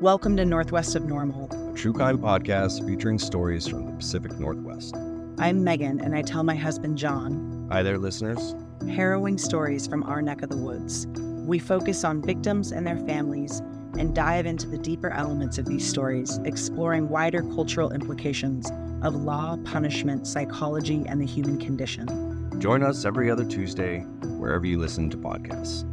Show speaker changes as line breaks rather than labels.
Welcome to Northwest of Normal.
a true crime podcast featuring stories from the Pacific Northwest.
I'm Megan, and I tell my husband John
Hi there, listeners.
harrowing stories from our neck of the woods. We focus on victims and their families and dive into the deeper elements of these stories, exploring wider cultural implications of law, punishment, psychology, and the human condition.
Join us every other Tuesday, wherever you listen to podcasts.